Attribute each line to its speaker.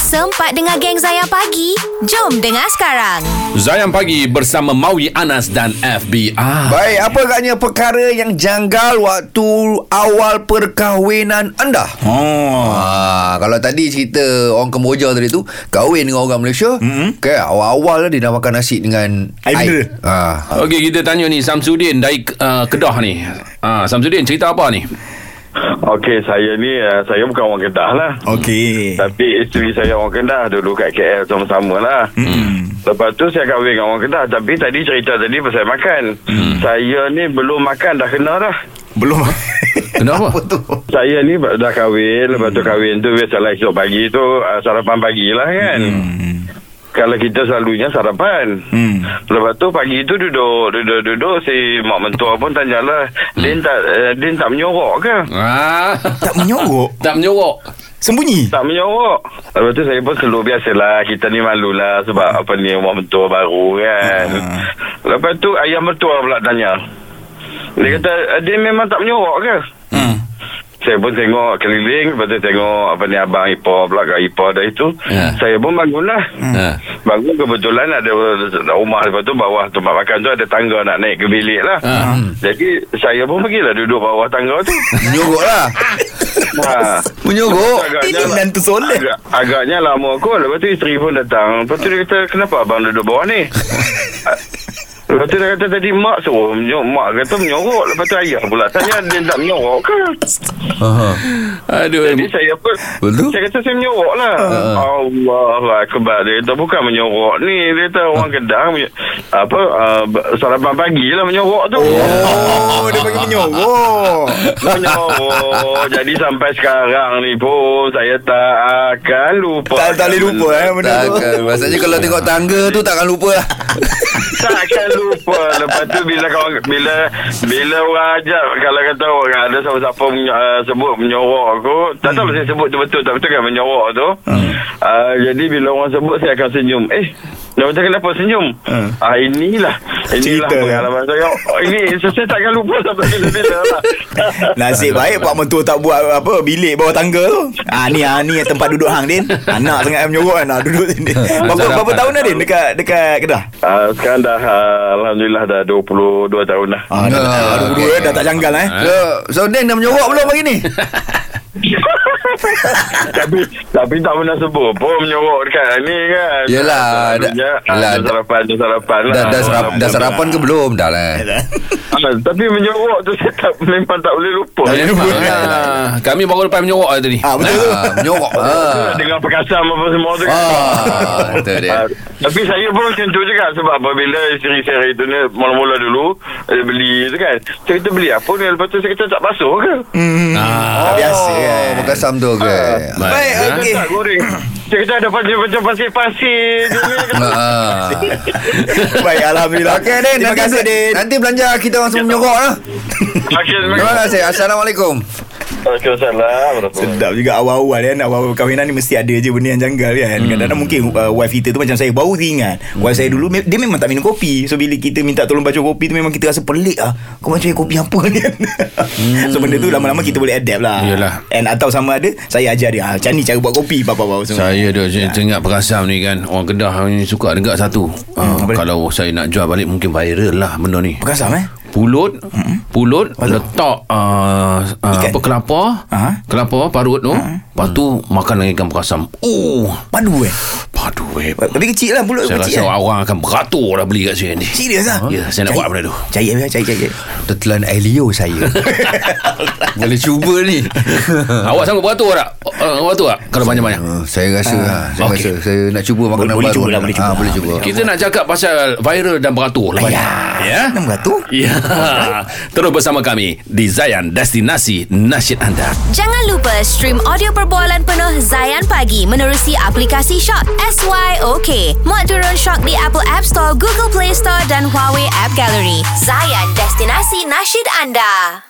Speaker 1: sempat dengar geng Zayan Pagi? Jom dengar sekarang.
Speaker 2: Zayan Pagi bersama Maui Anas dan FBI.
Speaker 3: Baik, apa agaknya perkara yang janggal waktu awal perkahwinan anda?
Speaker 2: Oh.
Speaker 3: Ah, kalau tadi cerita orang Kemboja tadi tu kahwin dengan orang Malaysia, mm-hmm. okay, awal-awal dia dah makan nasi dengan
Speaker 4: Air mineral.
Speaker 3: Ah.
Speaker 2: Okey, kita tanya ni Samsudin dari uh, Kedah ni. Ah, Samsudin cerita apa ni?
Speaker 5: Okey, saya ni uh, saya bukan orang Kedah lah.
Speaker 4: Okey.
Speaker 5: Tapi isteri saya orang Kedah dulu kat KL sama-sama lah. Hmm. Lepas tu saya kahwin dengan orang Kedah tapi tadi cerita tadi pasal makan. Hmm. Saya ni belum makan dah kena dah.
Speaker 4: Belum.
Speaker 2: Kenapa?
Speaker 3: Apa tu?
Speaker 5: Saya ni ba- dah kahwin, hmm. lepas tu kahwin tu biasalah esok pagi tu uh, sarapan pagi lah kan. Hmm. Kalau kita selalunya sarapan.
Speaker 4: hmm.
Speaker 5: Lepas tu pagi tu duduk duduk duduk si mak mentua pun tanyalah, hmm. "Din tak uh, Din tak menyorok ke?"
Speaker 2: Ah.
Speaker 4: Tak menyorok.
Speaker 2: tak menyorok.
Speaker 4: Sembunyi.
Speaker 5: Tak menyorok Lepas tu saya pun selalu biasalah Kita ni malulah Sebab apa ni Orang mentua baru kan
Speaker 4: Ah.
Speaker 5: Lepas tu ayah mertua pula tanya Dia kata "Eh, Dia memang tak menyorok ke
Speaker 4: Hmm.
Speaker 5: saya pun tengok keliling Lepas tu tengok Apa ni abang Ipar Belakang Ipar dah itu
Speaker 2: Ya.
Speaker 5: Saya pun bangun lah
Speaker 3: Hmm.
Speaker 2: Ah.
Speaker 5: Bangun kebetulan ada rumah Lepas tu bawah tempat makan tu Ada tangga nak naik ke bilik lah
Speaker 2: Ah.
Speaker 5: Jadi saya pun pergilah duduk bawah tangga tu
Speaker 3: Menyogok lah.
Speaker 5: ha.
Speaker 3: Menyogok.
Speaker 5: Agaknya
Speaker 4: Ini menantu soleh.
Speaker 5: Agak, agaknya lama kot Lepas tu isteri pun datang Lepas tu dia kata Kenapa abang duduk bawah ni Lepas tu dia kata tadi mak suruh menyorok. Mak kata menyorok Lepas tu ayah pula Tanya dia tak menyorok ke
Speaker 3: Aha.
Speaker 2: Ah, Aduh.
Speaker 5: Jadi saya pun
Speaker 3: Betul?
Speaker 5: Saya kata saya menyorok lah
Speaker 4: Ah.
Speaker 5: uh. Allah Akbar Dia kata bukan menyorok ni Dia kata
Speaker 4: Ah.
Speaker 5: orang kedang menyo- Apa uh, Sarapan pagi lah menyorok tu
Speaker 4: Oh, dia bagi menyorok.
Speaker 5: Menyorok Jadi sampai sekarang ni pun Saya tak akan lupa
Speaker 4: Tak, tak boleh lupa eh benda tu.
Speaker 3: Takkan. Maksudnya kalau tengok tangga tu takkan lupa lah.
Speaker 5: Takkan lupa Lepas tu bila kawan, bila bila orang ajak Kalau kata orang ada siapa-siapa menyo- uh, sebut menyorok aku Tak
Speaker 4: Hmm.
Speaker 5: tahu saya sebut tu betul tak betul kan menyorok tu uh, Jadi bila orang sebut saya akan senyum Eh dia macam kenapa senyum?
Speaker 4: Hmm.
Speaker 5: Ah inilah inilah
Speaker 4: Cerita dia.
Speaker 5: pengalaman saya. Oh, ini saya takkan lupa sampai bila-bila lah.
Speaker 4: Nasib baik Pak Mentua tak buat apa bilik bawah tangga tu. Ah ni ah ni tempat duduk hang Din. Anak sangat menyorok kan. Ah, duduk sini. Berapa berapa tahun dah Din dekat dekat Kedah?
Speaker 5: Ah, sekarang dah ah, alhamdulillah dah 22 tahun dah.
Speaker 4: Ah, dah, dah, dah, dah, dah, dah tak janggal eh.
Speaker 3: So, so Dan dah menyogok Ha? belum pagi ni?
Speaker 5: tapi tapi tak pernah sebut pun menyorok dekat ni kan.
Speaker 3: Yelah, dah-
Speaker 5: Selalunya, ah,
Speaker 3: yelah,
Speaker 5: dah sarapan, dah sarapan lah.
Speaker 3: Dah, dah, serap, dah sarapan ke belum? Dah lah.
Speaker 5: Ah, Tapi menyorok tu saya tak, memang tak boleh lupa.
Speaker 4: Tak boleh lupa.
Speaker 2: Ah, Kami baru lepas menyorok tadi.
Speaker 4: Ah betul tu.
Speaker 3: Ah, menyogok. Ah.
Speaker 5: Dengan perkasam apa semua tu kan.
Speaker 3: Ah, betul dia.
Speaker 5: Ah, tapi saya pun macam tu juga sebab apabila isteri saya itu ni mula-mula dulu eh, beli tu kan. Saya kata beli apa ni lepas tu saya kata tak basuh ke?
Speaker 3: Hmm.
Speaker 4: Ah, biasa kan.
Speaker 3: Oh, bukan sam tu ke?
Speaker 4: Baik,
Speaker 2: Ah.
Speaker 4: okey.
Speaker 5: Tak goreng. Saya kata ada pasir macam pasir-pasir tu ni.
Speaker 3: Ah.
Speaker 4: Baik, alhamdulillah.
Speaker 3: Okey Din,
Speaker 4: Terima
Speaker 3: nanti,
Speaker 4: kasih Din.
Speaker 3: nanti belanja kita orang semua menyogok lah.
Speaker 5: Okey, terima
Speaker 3: Terima
Speaker 5: kasih.
Speaker 3: kasih. Assalamualaikum.
Speaker 5: Waalaikumsalam.
Speaker 4: Sedap juga awal-awal kan Awal-awal kahwinan ni Mesti ada je benda yang janggal kan
Speaker 2: Hmm.
Speaker 4: Kadang-kadang mungkin uh, Wife kita tu macam saya Baru ingat Wife saya dulu me- Dia memang tak minum kopi So bila kita minta tolong baca kopi tu Memang kita rasa pelik lah Kau macam kopi apa ni
Speaker 2: Hmm.
Speaker 4: So benda tu lama-lama kita boleh adapt lah
Speaker 2: Yalah.
Speaker 4: And atau sama ada Saya ajar dia ah, Macam ni cara buat kopi Bapak-bapak semua
Speaker 2: Saya dah saya tengok perasaan ni kan Orang Kedah ni suka dengar satu Ah,
Speaker 3: Hmm,
Speaker 4: apa dia?
Speaker 2: Kalau saya nak jual balik Mungkin viral lah benda ni
Speaker 4: Perkasam eh
Speaker 2: Pulut Pulut Letak uh, uh,
Speaker 4: Ikan.
Speaker 2: Apa kelapa
Speaker 4: Aha.
Speaker 2: Kelapa parut tu Lepas tu Makan dengan ikan perkasam Oh
Speaker 4: Padu eh
Speaker 2: Padu eh
Speaker 4: Tapi kecil lah Pulut
Speaker 2: Saya
Speaker 4: kecil
Speaker 2: rasa orang akan beratur dah beli kat sini ni
Speaker 4: Serius lah
Speaker 2: Ya saya nak buat benda tu
Speaker 4: Cair Abia, cair, cair, cair.
Speaker 3: Tertelan Elio saya. Boleh cuba ni.
Speaker 2: Awak sanggup beratur tak? Uh, beratur tak? Kalau banyak-banyak
Speaker 3: Uh, saya rasa ha, saya
Speaker 2: okey.
Speaker 3: rasa saya nak cuba makanan
Speaker 4: Boleh- boleh
Speaker 3: baru.
Speaker 4: cuba lah, boleh cuba.
Speaker 3: Ah, boleh cuba.
Speaker 2: Kita nak cakap pasal viral dan beratur lepas ni. Ya
Speaker 4: Ayah Nombor tu
Speaker 2: Ya Terus bersama kami Di Zayan Destinasi Nasyid Anda
Speaker 1: Jangan lupa stream audio perbualan penuh Zayan Pagi menerusi aplikasi Shock SYOK. Muat turun Shock di Apple App Store, Google Play Store dan Huawei App Gallery. Zayan, destinasi nasyid anda.